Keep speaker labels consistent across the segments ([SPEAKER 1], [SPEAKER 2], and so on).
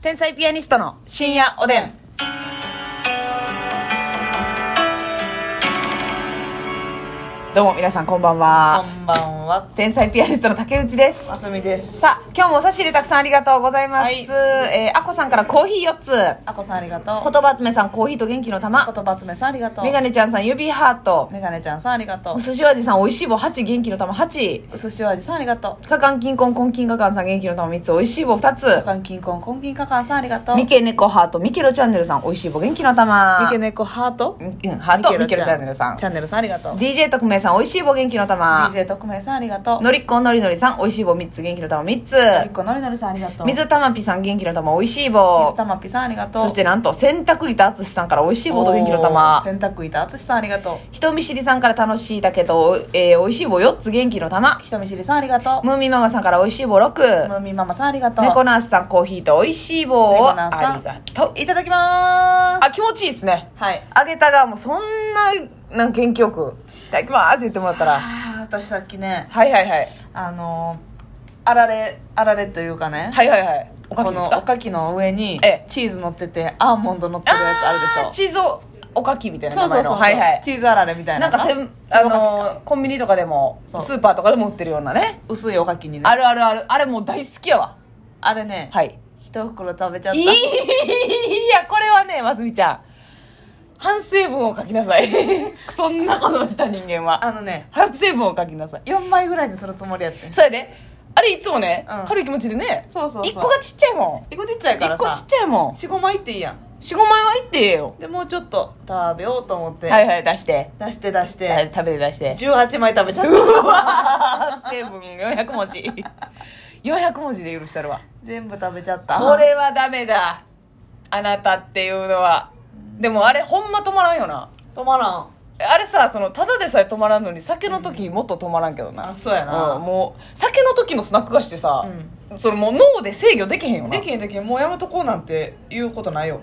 [SPEAKER 1] 天才ピアニストの深夜おでん。どうも皆さんこんばん
[SPEAKER 2] こ
[SPEAKER 1] は。
[SPEAKER 2] んばんは。
[SPEAKER 1] 天才ピアニストの竹内です。
[SPEAKER 2] ますみです。
[SPEAKER 1] さあ、今日もお差し入れたくさんありがとうございます。
[SPEAKER 2] はい
[SPEAKER 1] えー、あこさんからコーヒー4つ。
[SPEAKER 2] あこさんありがとう。
[SPEAKER 1] 言葉集めさんコーヒーと元気の
[SPEAKER 2] こ
[SPEAKER 1] 玉。
[SPEAKER 2] とばつめさんありがとう。
[SPEAKER 1] メガネちゃんさん指ハート。
[SPEAKER 2] メガネちゃんさんありがと
[SPEAKER 1] 寿司お味さん美味しい棒8元気の玉8。
[SPEAKER 2] う。寿司お味さんありがとう。
[SPEAKER 1] かかん金婚金金かかんさん元気の玉3つ。美味しい棒2つ。
[SPEAKER 2] カカンキンコンコンキンカカンさんありがとう。
[SPEAKER 1] ミケネコハート、ミケロチャンネルさん、美味しい棒元気の玉。
[SPEAKER 2] ミケネコハート
[SPEAKER 1] うん、ハート、ミケロチャンネルさん
[SPEAKER 2] チ。ャンネルさんありがとう。
[SPEAKER 1] DJ 特命さん、美味しい棒元気の玉。
[SPEAKER 2] DJ 特命さんありがとう。
[SPEAKER 1] のりっこのりのりさん、美味しい棒3つ、元気の玉3つ。
[SPEAKER 2] りっこのりのりさんありがとう。
[SPEAKER 1] 水たまぴさん、元気の玉、美味しい
[SPEAKER 2] 水
[SPEAKER 1] 棒。
[SPEAKER 2] たまぴさんありがとう。
[SPEAKER 1] そしてなんと、洗濯板淳さんから美味しい
[SPEAKER 2] おー、
[SPEAKER 1] 棒と元気の玉。
[SPEAKER 2] 洗濯板あつしさんありがとう。
[SPEAKER 1] 人見知りさんから楽しいだけど、えー、美味しい棒4つ、元気の玉。
[SPEAKER 2] 人見知りさんありがとう。
[SPEAKER 1] ムーミンママさんから美味しい棒
[SPEAKER 2] ム
[SPEAKER 1] 6。
[SPEAKER 2] ーミンママさんありがとう。
[SPEAKER 1] 猫ナースさん、コーヒーと美味しい棒を。
[SPEAKER 2] 猫ナースさん
[SPEAKER 1] ありがとう。
[SPEAKER 2] いただきまー
[SPEAKER 1] あ、
[SPEAKER 2] す。
[SPEAKER 1] 気持ちいいですね。
[SPEAKER 2] はい。
[SPEAKER 1] あげた側もそんな、なんか元気よく、いただきますって言ってもらったら、
[SPEAKER 2] あー私さっきね、
[SPEAKER 1] はいはいはい。
[SPEAKER 2] あのー、あられ、あられというかね。
[SPEAKER 1] はいはいはい。おか
[SPEAKER 2] こ
[SPEAKER 1] きです
[SPEAKER 2] の
[SPEAKER 1] か
[SPEAKER 2] おかきの上に
[SPEAKER 1] ええ
[SPEAKER 2] チーズ乗っててアーモンド乗ってるやつあるでし
[SPEAKER 1] ー
[SPEAKER 2] ょ
[SPEAKER 1] チーズおおかきみたいな
[SPEAKER 2] そう
[SPEAKER 1] 名前
[SPEAKER 2] そう
[SPEAKER 1] の
[SPEAKER 2] そう、
[SPEAKER 1] はいはい
[SPEAKER 2] チーズあられみたい
[SPEAKER 1] な
[SPEAKER 2] なん
[SPEAKER 1] かせんあのーコンビニとかでも
[SPEAKER 2] そう
[SPEAKER 1] スーパーとかでも売ってるようなね
[SPEAKER 2] 薄いおかきにね
[SPEAKER 1] あ
[SPEAKER 2] あ
[SPEAKER 1] るあるあるあれもう大好きやわ
[SPEAKER 2] れね、
[SPEAKER 1] はい
[SPEAKER 2] 一袋食べちゃった
[SPEAKER 1] いいいやこれはねますみちゃん反省文を書きな さいそんなことをした人間は
[SPEAKER 2] あのね
[SPEAKER 1] 反省文を書きなさい
[SPEAKER 2] 4枚ぐらいにするつもりやってん
[SPEAKER 1] それであれいつもね、
[SPEAKER 2] うん
[SPEAKER 1] 軽い気持ちでね
[SPEAKER 2] そうそうそう
[SPEAKER 1] 1個がちっちゃいも
[SPEAKER 2] 1個ちっちゃ
[SPEAKER 1] ん
[SPEAKER 2] いか
[SPEAKER 1] 1
[SPEAKER 2] ら
[SPEAKER 1] 個ち
[SPEAKER 2] さ
[SPEAKER 1] っちゃいもん
[SPEAKER 2] 45枚っていいやん
[SPEAKER 1] 45枚はいってええよ
[SPEAKER 2] でもうちょっと食べようと思って、
[SPEAKER 1] はいはい出して
[SPEAKER 2] 出して出して、
[SPEAKER 1] はい食べて出 して
[SPEAKER 2] 18枚食べちゃっ
[SPEAKER 1] うわー成分400文字400文字で許したるわ
[SPEAKER 2] た全部食べちゃった
[SPEAKER 1] これはダメだあなたっていうのはでもあれほんま止まらんよな
[SPEAKER 2] 止まらん
[SPEAKER 1] あれさそのただでさえ止まらんのに酒の時もっと止まらんけどな、
[SPEAKER 2] あそうやな、
[SPEAKER 1] うんもう酒の時のスナック菓子ってさ、それもう脳で制御できへんよな
[SPEAKER 2] できへんできへんもうやめとこうなんて言うことないよ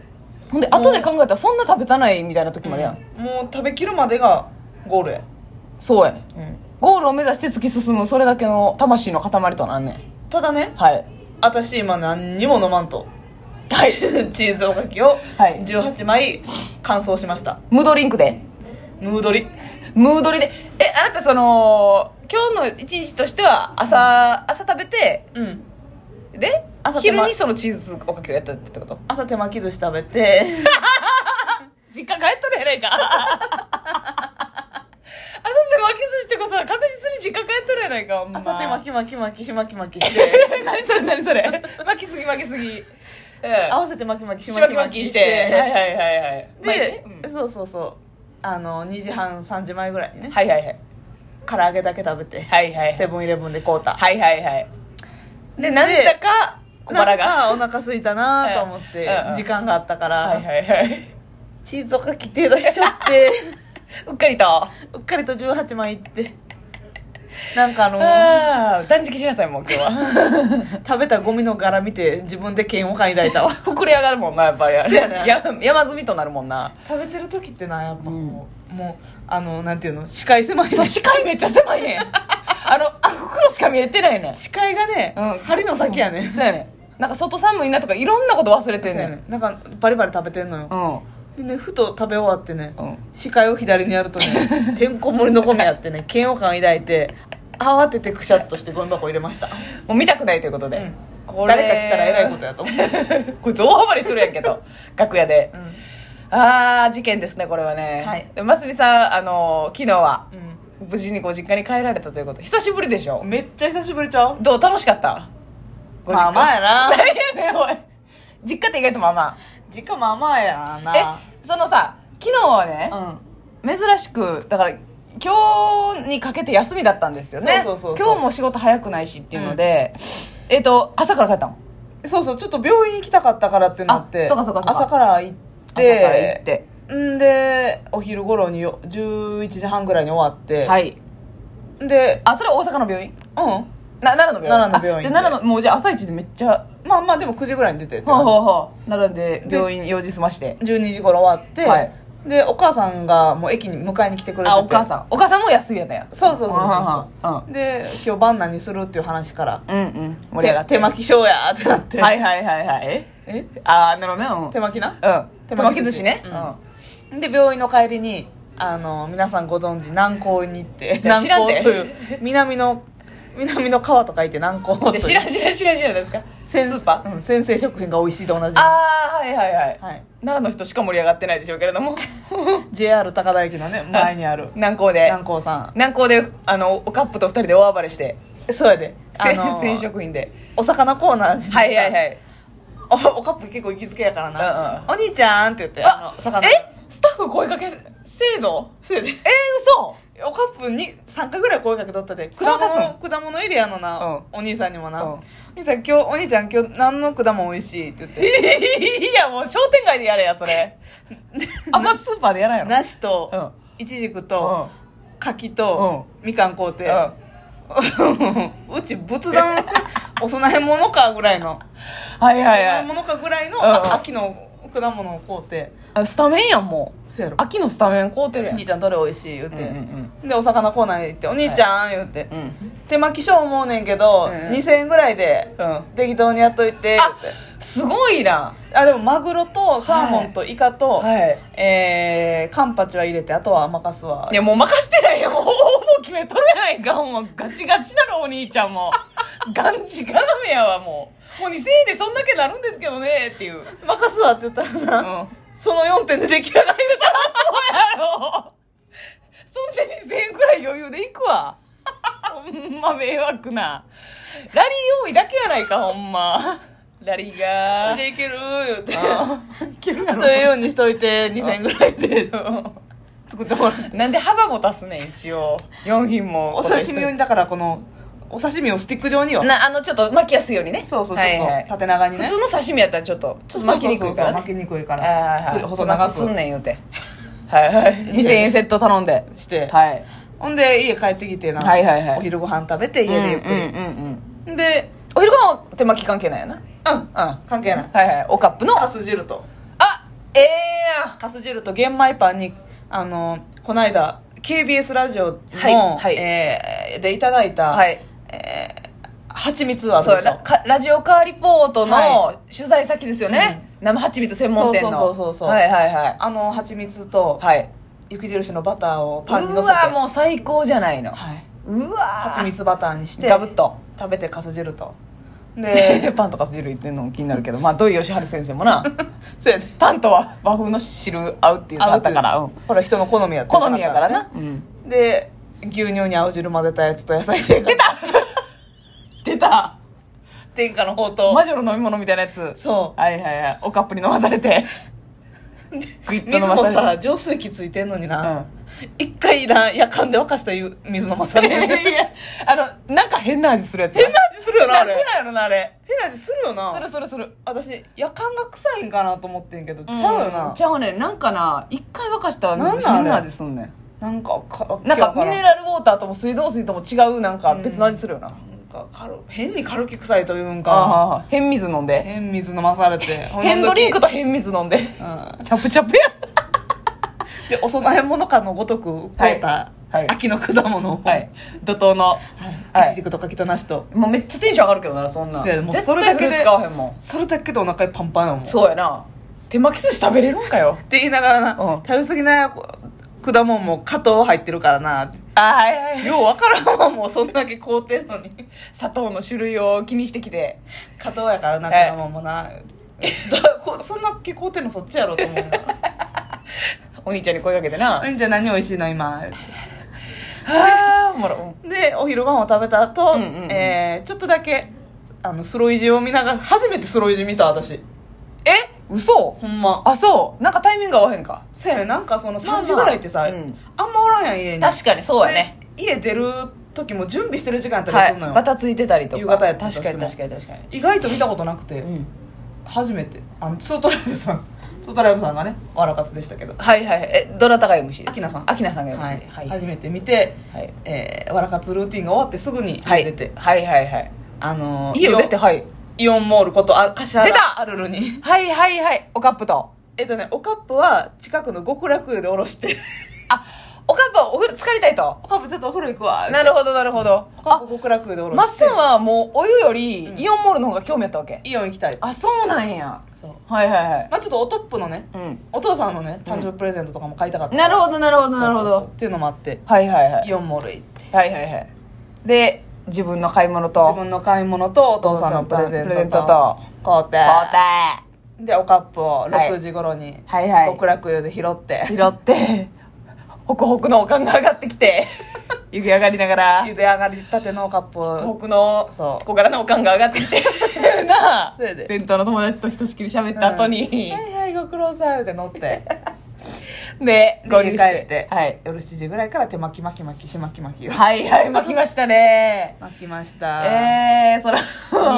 [SPEAKER 1] ほんで後で考えたらそんな食べたないみたいな時もあるやん、
[SPEAKER 2] もう食べきるまでがゴールや、
[SPEAKER 1] そうやねん
[SPEAKER 2] うん、
[SPEAKER 1] ゴールを目指して突き進むそれだけの魂の塊となんねん
[SPEAKER 2] ただね
[SPEAKER 1] はい
[SPEAKER 2] 私今何にも飲まんと
[SPEAKER 1] はい
[SPEAKER 2] チーズおかきを
[SPEAKER 1] はい
[SPEAKER 2] 18枚乾燥しました
[SPEAKER 1] ムードリンクで
[SPEAKER 2] ムードリ
[SPEAKER 1] ムードリでえあなたその今日の一日としては朝、朝食べて
[SPEAKER 2] うん
[SPEAKER 1] で
[SPEAKER 2] 朝手
[SPEAKER 1] 昼
[SPEAKER 2] 間
[SPEAKER 1] にそのチーズおかきをやったってこと
[SPEAKER 2] 朝手巻き寿司食 べて
[SPEAKER 1] 実家帰っとるやないか朝手巻き寿司ってことは確実に実家帰っとるやないかほんま
[SPEAKER 2] 朝手巻き巻き巻きし巻き巻きして
[SPEAKER 1] 何それ何それ巻きすぎ巻きすぎうん
[SPEAKER 2] 合わせて巻き巻きし
[SPEAKER 1] し
[SPEAKER 2] 巻
[SPEAKER 1] ば
[SPEAKER 2] き
[SPEAKER 1] き
[SPEAKER 2] 巻
[SPEAKER 1] 巻
[SPEAKER 2] き
[SPEAKER 1] き
[SPEAKER 2] し
[SPEAKER 1] しててはいはいはいはい巻いて
[SPEAKER 2] で、
[SPEAKER 1] うん
[SPEAKER 2] そうそうそうあの2時半3時前ぐらいにね
[SPEAKER 1] はいはいはい
[SPEAKER 2] 唐揚げだけ食べて
[SPEAKER 1] はいはい
[SPEAKER 2] セブンイレブンで買うた
[SPEAKER 1] はいはいはいでなんだか小
[SPEAKER 2] な
[SPEAKER 1] 腹
[SPEAKER 2] ん
[SPEAKER 1] が
[SPEAKER 2] かお腹空いたなと思って
[SPEAKER 1] うんうん
[SPEAKER 2] 時間があったか
[SPEAKER 1] はい
[SPEAKER 2] ら
[SPEAKER 1] はいはい
[SPEAKER 2] チーズおかき手出しち ゃって
[SPEAKER 1] うっかりと
[SPEAKER 2] うっかりと18枚いってなんかあの
[SPEAKER 1] ああ断食しなさいもう今日は
[SPEAKER 2] 食べたゴミの柄見て自分で嫌悪感抱いた わ
[SPEAKER 1] 膨れ上がるもんなやっぱりあれ
[SPEAKER 2] そうやな
[SPEAKER 1] や山積みとなるもんな
[SPEAKER 2] 食べてる時ってなやっぱもう,、もうあのなんていうの視界狭い
[SPEAKER 1] そう視界めっちゃ狭いねんあのあ袋しか見えてないねん
[SPEAKER 2] 視界がね、
[SPEAKER 1] うん
[SPEAKER 2] 針の先やね
[SPEAKER 1] そうやねんなんか外寒いなとかいろんなこと忘れてんね
[SPEAKER 2] そうや
[SPEAKER 1] ん
[SPEAKER 2] ねなんかバリバリ食べてんのよ
[SPEAKER 1] う、ん
[SPEAKER 2] でねふと食べ終わってね、
[SPEAKER 1] うん
[SPEAKER 2] 視界を左に やるとねてんこ盛りの米やってね嫌悪感抱いて慌ててくしゃっとしてゴミ箱入れました
[SPEAKER 1] もう見たくないということで、
[SPEAKER 2] うん
[SPEAKER 1] これ
[SPEAKER 2] 誰か来たらえらいことやと思う、
[SPEAKER 1] こいつ大ハマりするやんけど楽屋で
[SPEAKER 2] うん
[SPEAKER 1] ああ事件ですねこれはね
[SPEAKER 2] はい
[SPEAKER 1] でますみさんあの昨日は
[SPEAKER 2] う
[SPEAKER 1] 無事にご実家に帰られたということ久しぶりでしょ
[SPEAKER 2] ん、めっちゃ久しぶりちゃう
[SPEAKER 1] どう楽しかったご実
[SPEAKER 2] ま
[SPEAKER 1] 家
[SPEAKER 2] あまあやな
[SPEAKER 1] いやねおい実家って意外とまあま
[SPEAKER 2] 実家まあまあや
[SPEAKER 1] あえ
[SPEAKER 2] な
[SPEAKER 1] そのさ昨日はね
[SPEAKER 2] うん
[SPEAKER 1] 珍しくだから今日にかけて休みだったんですよね
[SPEAKER 2] そうそうそうそう
[SPEAKER 1] 今日も仕事早くないしっていうので、えっ、と朝から帰ったの
[SPEAKER 2] そうそうちょっと病院行きたかったからってなって
[SPEAKER 1] あそうかそうかそうか
[SPEAKER 2] 朝から行っ
[SPEAKER 1] 朝から行ってて
[SPEAKER 2] んでお昼頃によ11時半ぐらいに終わって、
[SPEAKER 1] はい
[SPEAKER 2] で
[SPEAKER 1] あそれは大阪の病院
[SPEAKER 2] うん
[SPEAKER 1] な奈良の病院
[SPEAKER 2] 奈良の病
[SPEAKER 1] あ
[SPEAKER 2] 院で
[SPEAKER 1] じゃあ奈良のもうじゃあ朝一でめっちゃ
[SPEAKER 2] まあまあでも9時ぐらいに出てって
[SPEAKER 1] ほう
[SPEAKER 2] 感じ
[SPEAKER 1] ほうほう奈良で病院用事済まして
[SPEAKER 2] 12時頃終わって、
[SPEAKER 1] はい
[SPEAKER 2] でお母さんがもう駅に迎えに来てくれてて
[SPEAKER 1] あお母さんお母さんも休みやったんや
[SPEAKER 2] そうそうそう
[SPEAKER 1] うん
[SPEAKER 2] そううで今日晩何するっていう話から
[SPEAKER 1] うんうん盛り上がって
[SPEAKER 2] 手手巻きしようやーってなって、
[SPEAKER 1] はいはいはいはい
[SPEAKER 2] え
[SPEAKER 1] ああなるほどねうん
[SPEAKER 2] 手巻きな
[SPEAKER 1] うん手
[SPEAKER 2] 手
[SPEAKER 1] 巻
[SPEAKER 2] 巻
[SPEAKER 1] き
[SPEAKER 2] き
[SPEAKER 1] 寿司
[SPEAKER 2] 寿司
[SPEAKER 1] ね
[SPEAKER 2] うんで病院の帰りにあの皆さんご存知南港に行って
[SPEAKER 1] じゃあ
[SPEAKER 2] 南
[SPEAKER 1] 知らんで
[SPEAKER 2] 港という南の南の川と書いて南港
[SPEAKER 1] うん
[SPEAKER 2] と
[SPEAKER 1] じ
[SPEAKER 2] い
[SPEAKER 1] ゃ
[SPEAKER 2] う
[SPEAKER 1] あ知らん知らん知らん知らんですかス
[SPEAKER 2] 先
[SPEAKER 1] ーパー
[SPEAKER 2] うん、先生食品が美味しいでおなじみは
[SPEAKER 1] ああはいはいはい
[SPEAKER 2] い、
[SPEAKER 1] 奈良の人しか盛り上がってないでしょうけれ ども
[SPEAKER 2] JR 高田駅のね前にある
[SPEAKER 1] 南高で
[SPEAKER 2] 南港さ
[SPEAKER 1] 南高であのおカップと二人で大暴れして
[SPEAKER 2] んそうやで
[SPEAKER 1] せ
[SPEAKER 2] の
[SPEAKER 1] 鮮食品で
[SPEAKER 2] お魚コーナーにさ
[SPEAKER 1] はいはいはい
[SPEAKER 2] おおカップ結構行きつけやからな、お兄ちゃんって言ってあ
[SPEAKER 1] あ
[SPEAKER 2] の魚
[SPEAKER 1] えスタッフ声かけ制度
[SPEAKER 2] そうやで
[SPEAKER 1] えー、嘘
[SPEAKER 2] おカップに3回ぐらい声かけとったで
[SPEAKER 1] 騒
[SPEAKER 2] 果
[SPEAKER 1] がすん
[SPEAKER 2] 物果物エリアのな、
[SPEAKER 1] うん
[SPEAKER 2] お兄さんにもな、
[SPEAKER 1] うん
[SPEAKER 2] お兄さん今日お兄ちゃん今日何の果物美味しいって言って
[SPEAKER 1] いやもう商店街でやれやそ れあんまスーパーでやらんやろ
[SPEAKER 2] 梨と、イチジクと、柿と、みかん買うて、
[SPEAKER 1] うん
[SPEAKER 2] うち 仏壇お供え物かぐらいの
[SPEAKER 1] はい
[SPEAKER 2] お
[SPEAKER 1] はい
[SPEAKER 2] 供
[SPEAKER 1] は
[SPEAKER 2] え
[SPEAKER 1] い
[SPEAKER 2] 物かぐらいの、
[SPEAKER 1] うんうん
[SPEAKER 2] 秋の果物を買うて
[SPEAKER 1] あスタメンやんもう
[SPEAKER 2] そうやろ
[SPEAKER 1] 秋のスタメン買うてるやん
[SPEAKER 2] 兄ちゃんどれ美味しい言うて、
[SPEAKER 1] うんうん
[SPEAKER 2] でお魚コーナーへ行って「お兄ちゃん」言うて、
[SPEAKER 1] うん
[SPEAKER 2] 手巻き賞思うねんけど、
[SPEAKER 1] うんうん
[SPEAKER 2] 2000円ぐらいで
[SPEAKER 1] うん
[SPEAKER 2] 適当にやっといて言
[SPEAKER 1] あ
[SPEAKER 2] って
[SPEAKER 1] すごいな
[SPEAKER 2] あでもマグロとサーモンとイカと、
[SPEAKER 1] はい
[SPEAKER 2] えー、カンパチは入れてあとは任すわ
[SPEAKER 1] いやもう任してないよもうほぼ決めとるやないかもうガチガチだろお兄ちゃんもがんじがらめやわもうもう2000円でそんだけなるんですけどねっていううん
[SPEAKER 2] 任すわって言ったらな、
[SPEAKER 1] そう
[SPEAKER 2] その4点で出来上がって
[SPEAKER 1] やろそんで2000円くらい余裕でいくわほんま迷惑なラリー用意だけやないかほんまラリー
[SPEAKER 2] た
[SPEAKER 1] が
[SPEAKER 2] でいける言うて
[SPEAKER 1] あけるやろ
[SPEAKER 2] というようにしといて2000円ぐらいで作ってもらって
[SPEAKER 1] なんで幅も足すねん一応4品も
[SPEAKER 2] お刺身用にだからこのお刺身をスティック状によ
[SPEAKER 1] なあのちょっと巻きやすいようにね
[SPEAKER 2] そうそうちょ
[SPEAKER 1] はいは
[SPEAKER 2] っ
[SPEAKER 1] い
[SPEAKER 2] と、縦長にね
[SPEAKER 1] 普通の刺身やったらちょっとちょっと巻きにくいから
[SPEAKER 2] そうそうそう巻
[SPEAKER 1] ね
[SPEAKER 2] きにくいか
[SPEAKER 1] はいはい
[SPEAKER 2] ら
[SPEAKER 1] は
[SPEAKER 2] す
[SPEAKER 1] い
[SPEAKER 2] 細長
[SPEAKER 1] すん
[SPEAKER 2] く
[SPEAKER 1] ねん言うてはいはい2000円セット頼んで
[SPEAKER 2] して、
[SPEAKER 1] はい
[SPEAKER 2] ほんで家帰ってきてな、
[SPEAKER 1] はいはいはい
[SPEAKER 2] お昼ご飯食べて家でゆっくり、
[SPEAKER 1] うんうんうんうん
[SPEAKER 2] で
[SPEAKER 1] お昼ご飯は手巻き関係ないよなうん
[SPEAKER 2] うん
[SPEAKER 1] は
[SPEAKER 2] 関係ない
[SPEAKER 1] いはいおカップの
[SPEAKER 2] カス汁と
[SPEAKER 1] あええや
[SPEAKER 2] カス汁と玄米パンにあのこの間 KBS ラジオの、
[SPEAKER 1] はいはい
[SPEAKER 2] えーでいただいた、
[SPEAKER 1] んはい
[SPEAKER 2] 蜂蜜ある
[SPEAKER 1] そう
[SPEAKER 2] で
[SPEAKER 1] や
[SPEAKER 2] しょ
[SPEAKER 1] なかラジオカーリポート
[SPEAKER 2] は
[SPEAKER 1] の取材先ですよね生蜂蜜専門店の
[SPEAKER 2] そうそうそうそうそう
[SPEAKER 1] はいはいはい
[SPEAKER 2] あの蜂蜜と
[SPEAKER 1] はい
[SPEAKER 2] 雪印のバターをパンに
[SPEAKER 1] う
[SPEAKER 2] のせて
[SPEAKER 1] わもう最高じゃないの
[SPEAKER 2] はいう
[SPEAKER 1] わ
[SPEAKER 2] 蜂蜜バターにして
[SPEAKER 1] ガブッと
[SPEAKER 2] 食べてカス汁と で
[SPEAKER 1] パンとか汁言ってんのも気になるけどまあ土井善晴先生もな
[SPEAKER 2] そうやね
[SPEAKER 1] パンとは和風の汁合うって言ってあったから、うん
[SPEAKER 2] ほら人の好みやって
[SPEAKER 1] 好みやからな、
[SPEAKER 2] で牛乳に青汁混ぜたやつと野菜生活
[SPEAKER 1] 出た
[SPEAKER 2] 天下のほうと
[SPEAKER 1] 魔女の飲み物みたいなやつ
[SPEAKER 2] そ
[SPEAKER 1] はいはいはいおカップに飲まされてグイッ
[SPEAKER 2] う
[SPEAKER 1] と飲
[SPEAKER 2] 水
[SPEAKER 1] ま
[SPEAKER 2] も
[SPEAKER 1] され
[SPEAKER 2] さ浄水器ついてんのに
[SPEAKER 1] て
[SPEAKER 2] な、一回な夜間で沸かした湯水飲まされ
[SPEAKER 1] うん
[SPEAKER 2] る
[SPEAKER 1] いやあのなんか変な味するやつ
[SPEAKER 2] 変な味するよなあ れ
[SPEAKER 1] なんなんやろなあれ
[SPEAKER 2] 変な味するよな
[SPEAKER 1] するするする
[SPEAKER 2] 私夜間が臭いんかなと思ってんけど、ちゃうよ
[SPEAKER 1] ん
[SPEAKER 2] な
[SPEAKER 1] ちゃうねんなんかな一回沸かした水
[SPEAKER 2] なんなんあれ
[SPEAKER 1] 変な味すんねん
[SPEAKER 2] なんかか
[SPEAKER 1] なんか
[SPEAKER 2] わら
[SPEAKER 1] ミネラルウォーターとも水道水とも違うなんか別の味するよな、
[SPEAKER 2] なんか軽変に軽き臭いというんか
[SPEAKER 1] ああ変水飲んで
[SPEAKER 2] 変水飲まされて
[SPEAKER 1] 変ドリンクと
[SPEAKER 2] と、
[SPEAKER 1] 変水飲んで
[SPEAKER 2] うん、
[SPEAKER 1] チャプチャプや
[SPEAKER 2] でお供え物かのごとく買えた、
[SPEAKER 1] はいはい
[SPEAKER 2] 秋の果物を、
[SPEAKER 1] はい怒涛の、
[SPEAKER 2] はい、いちじくと柿と梨と
[SPEAKER 1] もうめっちゃテンション上がるけどなそんなん
[SPEAKER 2] そうやねもう
[SPEAKER 1] 絶
[SPEAKER 2] それ
[SPEAKER 1] 対フ
[SPEAKER 2] だけ
[SPEAKER 1] ル
[SPEAKER 2] で
[SPEAKER 1] ーツ買わへんもん
[SPEAKER 2] それだけでお腹いパンパンやもん
[SPEAKER 1] そうやな手巻き寿司食べれるんかよ
[SPEAKER 2] って言いながらな、
[SPEAKER 1] うん
[SPEAKER 2] 食べ過ぎな果物も加糖入ってるからな
[SPEAKER 1] あはいはいはい
[SPEAKER 2] ようわからんわもうそんだけ買うてんのに
[SPEAKER 1] 砂糖の種類を気にしてきて
[SPEAKER 2] 加糖やからな
[SPEAKER 1] はい
[SPEAKER 2] 果物もな、だこそんなけ買うてんのそっちやろと思う な
[SPEAKER 1] お兄ちゃんに声かけてな
[SPEAKER 2] うんじゃあ何美味しいの今
[SPEAKER 1] あーおもろ
[SPEAKER 2] でお昼ご飯を食べた後、
[SPEAKER 1] うんうんうん
[SPEAKER 2] えーちょっとだけあのスロイジを見ながら初めてスロイジ見た私
[SPEAKER 1] え嘘
[SPEAKER 2] ほんま
[SPEAKER 1] あそうなんかタイミング合わへんか
[SPEAKER 2] そうやねなんかそ
[SPEAKER 1] ま
[SPEAKER 2] の
[SPEAKER 1] あまあ
[SPEAKER 2] 3時ぐらいってさ、
[SPEAKER 1] うん
[SPEAKER 2] あんまおらんやん家に
[SPEAKER 1] 確かにそうやね
[SPEAKER 2] で家出る時も準備してる時間やったり
[SPEAKER 1] は
[SPEAKER 2] す
[SPEAKER 1] い
[SPEAKER 2] んのよ、
[SPEAKER 1] バタついてたりとか
[SPEAKER 2] 夕方やったとして
[SPEAKER 1] 確
[SPEAKER 2] も
[SPEAKER 1] かに確かに確かに
[SPEAKER 2] 意外と見たことなくて、
[SPEAKER 1] うん
[SPEAKER 2] 初めてあのツートライブさんツートライブさんがねわらかつでしたけど
[SPEAKER 1] はいはいはいえどなたが MC
[SPEAKER 2] アキナさん
[SPEAKER 1] アキナさんが MC
[SPEAKER 2] はい、
[SPEAKER 1] はい
[SPEAKER 2] 初めて見て、
[SPEAKER 1] はい
[SPEAKER 2] えー、わらかつルーティンが終わってすぐに
[SPEAKER 1] は
[SPEAKER 2] 家
[SPEAKER 1] い、
[SPEAKER 2] 出て、
[SPEAKER 1] はいはいはい
[SPEAKER 2] あのー
[SPEAKER 1] 家を
[SPEAKER 2] イオン
[SPEAKER 1] 出てはい
[SPEAKER 2] イオンモールことあ柏
[SPEAKER 1] 出た
[SPEAKER 2] アルルに
[SPEAKER 1] はいはいはいおカップと
[SPEAKER 2] えっとねおかっぽは近くの極楽湯でおろして
[SPEAKER 1] あおかっぱお風呂疲れたいと
[SPEAKER 2] おかっぽちょっとお風呂行くわ
[SPEAKER 1] なるほどなるほど
[SPEAKER 2] おかっ
[SPEAKER 1] あ
[SPEAKER 2] ぽ極楽湯でおろして
[SPEAKER 1] まっすんはもうお湯より
[SPEAKER 2] うん
[SPEAKER 1] イオンモールの方が興味あったわけ
[SPEAKER 2] イオン行きたい
[SPEAKER 1] あそうなんや
[SPEAKER 2] そう
[SPEAKER 1] はいはいはい
[SPEAKER 2] まあちょっとおトップのね
[SPEAKER 1] うん
[SPEAKER 2] お父さんのね誕生日プレゼントとかも買いたかった、
[SPEAKER 1] なるほどなるほ
[SPEAKER 2] そ
[SPEAKER 1] ど
[SPEAKER 2] う
[SPEAKER 1] なるほ
[SPEAKER 2] そうそう
[SPEAKER 1] ど
[SPEAKER 2] っていうのもあって
[SPEAKER 1] はいはいはい
[SPEAKER 2] イオンモール行って
[SPEAKER 1] はいはいはいで自分の買い物
[SPEAKER 2] 自
[SPEAKER 1] と
[SPEAKER 2] 分の買い物とお父さんのプレゼン
[SPEAKER 1] プ
[SPEAKER 2] ト
[SPEAKER 1] レゼントと
[SPEAKER 2] 買う
[SPEAKER 1] 交
[SPEAKER 2] て
[SPEAKER 1] 代
[SPEAKER 2] でおカップを
[SPEAKER 1] はい
[SPEAKER 2] 6時頃に
[SPEAKER 1] はいはい
[SPEAKER 2] 極楽湯で拾って
[SPEAKER 1] 拾ってホクホクのおかんが上がってき て湯気上がりながら
[SPEAKER 2] 茹で上がりたてのおカップ
[SPEAKER 1] ホ
[SPEAKER 2] を
[SPEAKER 1] クの
[SPEAKER 2] そう
[SPEAKER 1] 小柄なおかんが上がってきて なあ
[SPEAKER 2] そうやで
[SPEAKER 1] 先頭の友達とひとしきり喋った後
[SPEAKER 2] うん
[SPEAKER 1] に
[SPEAKER 2] は、いはいご苦労さん」って乗って
[SPEAKER 1] で合
[SPEAKER 2] 家
[SPEAKER 1] 流
[SPEAKER 2] に
[SPEAKER 1] し
[SPEAKER 2] 帰
[SPEAKER 1] て
[SPEAKER 2] って、
[SPEAKER 1] はい、
[SPEAKER 2] 夜7時ぐらいから手巻き巻き巻きし巻き巻きを
[SPEAKER 1] はいはい巻きましたね
[SPEAKER 2] 巻きました
[SPEAKER 1] えー、そら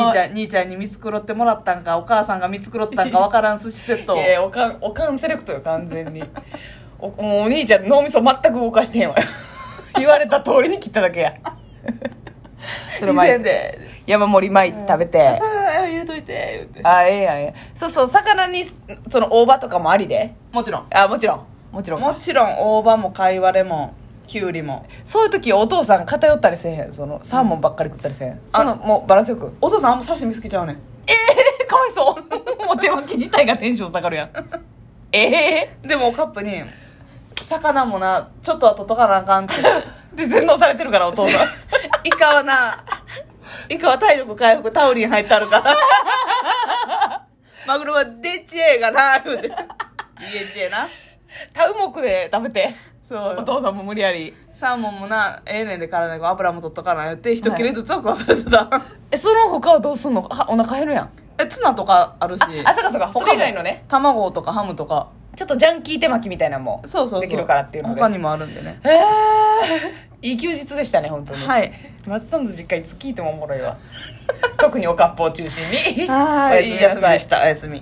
[SPEAKER 2] 兄ちゃん兄ちゃんに見繕ってもらったんかお母さんが見繕ったんかわからん寿司セットを
[SPEAKER 1] えーおかんおかんセレクトよ完全におもうお兄ちゃん脳みそ全く動かしてへんわ 言われた通りに切っただけ やそれ巻いて
[SPEAKER 2] 店で
[SPEAKER 1] 山盛り巻いて食べて、
[SPEAKER 2] 「さあ入れといて」言うて
[SPEAKER 1] あええやんええやんそうそう魚にその大葉とかもありで
[SPEAKER 2] もちろん
[SPEAKER 1] あもちろんもちろん
[SPEAKER 2] もちろん大葉も貝割れもきゅうりも
[SPEAKER 1] そういう時お父さん偏ったりせえへんそのサーモンばっかり食ったりせえへん、そのもうバランスよく
[SPEAKER 2] お父さんあんま刺身好きちゃうねん
[SPEAKER 1] えかわいそうもう手 巻き自体がテンション下がるやんええ
[SPEAKER 2] でもカップに「魚もなちょっとはとっとかなあかん」って「
[SPEAKER 1] で洗脳されてるからお父 さん
[SPEAKER 2] イカはなイカは体力回復タウリン入ってあるから」マグロはデチエがな言うてデチエな
[SPEAKER 1] タウモクで食べて
[SPEAKER 2] そ
[SPEAKER 1] お
[SPEAKER 2] う
[SPEAKER 1] 父さんも無理やり
[SPEAKER 2] サーモンもなええねんで体が油も取っとかな言って一切れずつは食わされてた、
[SPEAKER 1] えその他はどうすんのはお腹減るやん
[SPEAKER 2] えツナとかあるし
[SPEAKER 1] あそうかそうか
[SPEAKER 2] 他も
[SPEAKER 1] それ以外のね
[SPEAKER 2] 卵とかハムとか
[SPEAKER 1] ちょっとジャンキー手巻きみたいなのも
[SPEAKER 2] そうそうそう
[SPEAKER 1] できるからっていうので
[SPEAKER 2] 他にもあるんでね
[SPEAKER 1] ええいい休日でしたね本当に
[SPEAKER 2] はい
[SPEAKER 1] マッサンの実家いつ聞いてもおもろいわ特におかっぽを中心に
[SPEAKER 2] はいいい休みでしたおやすみ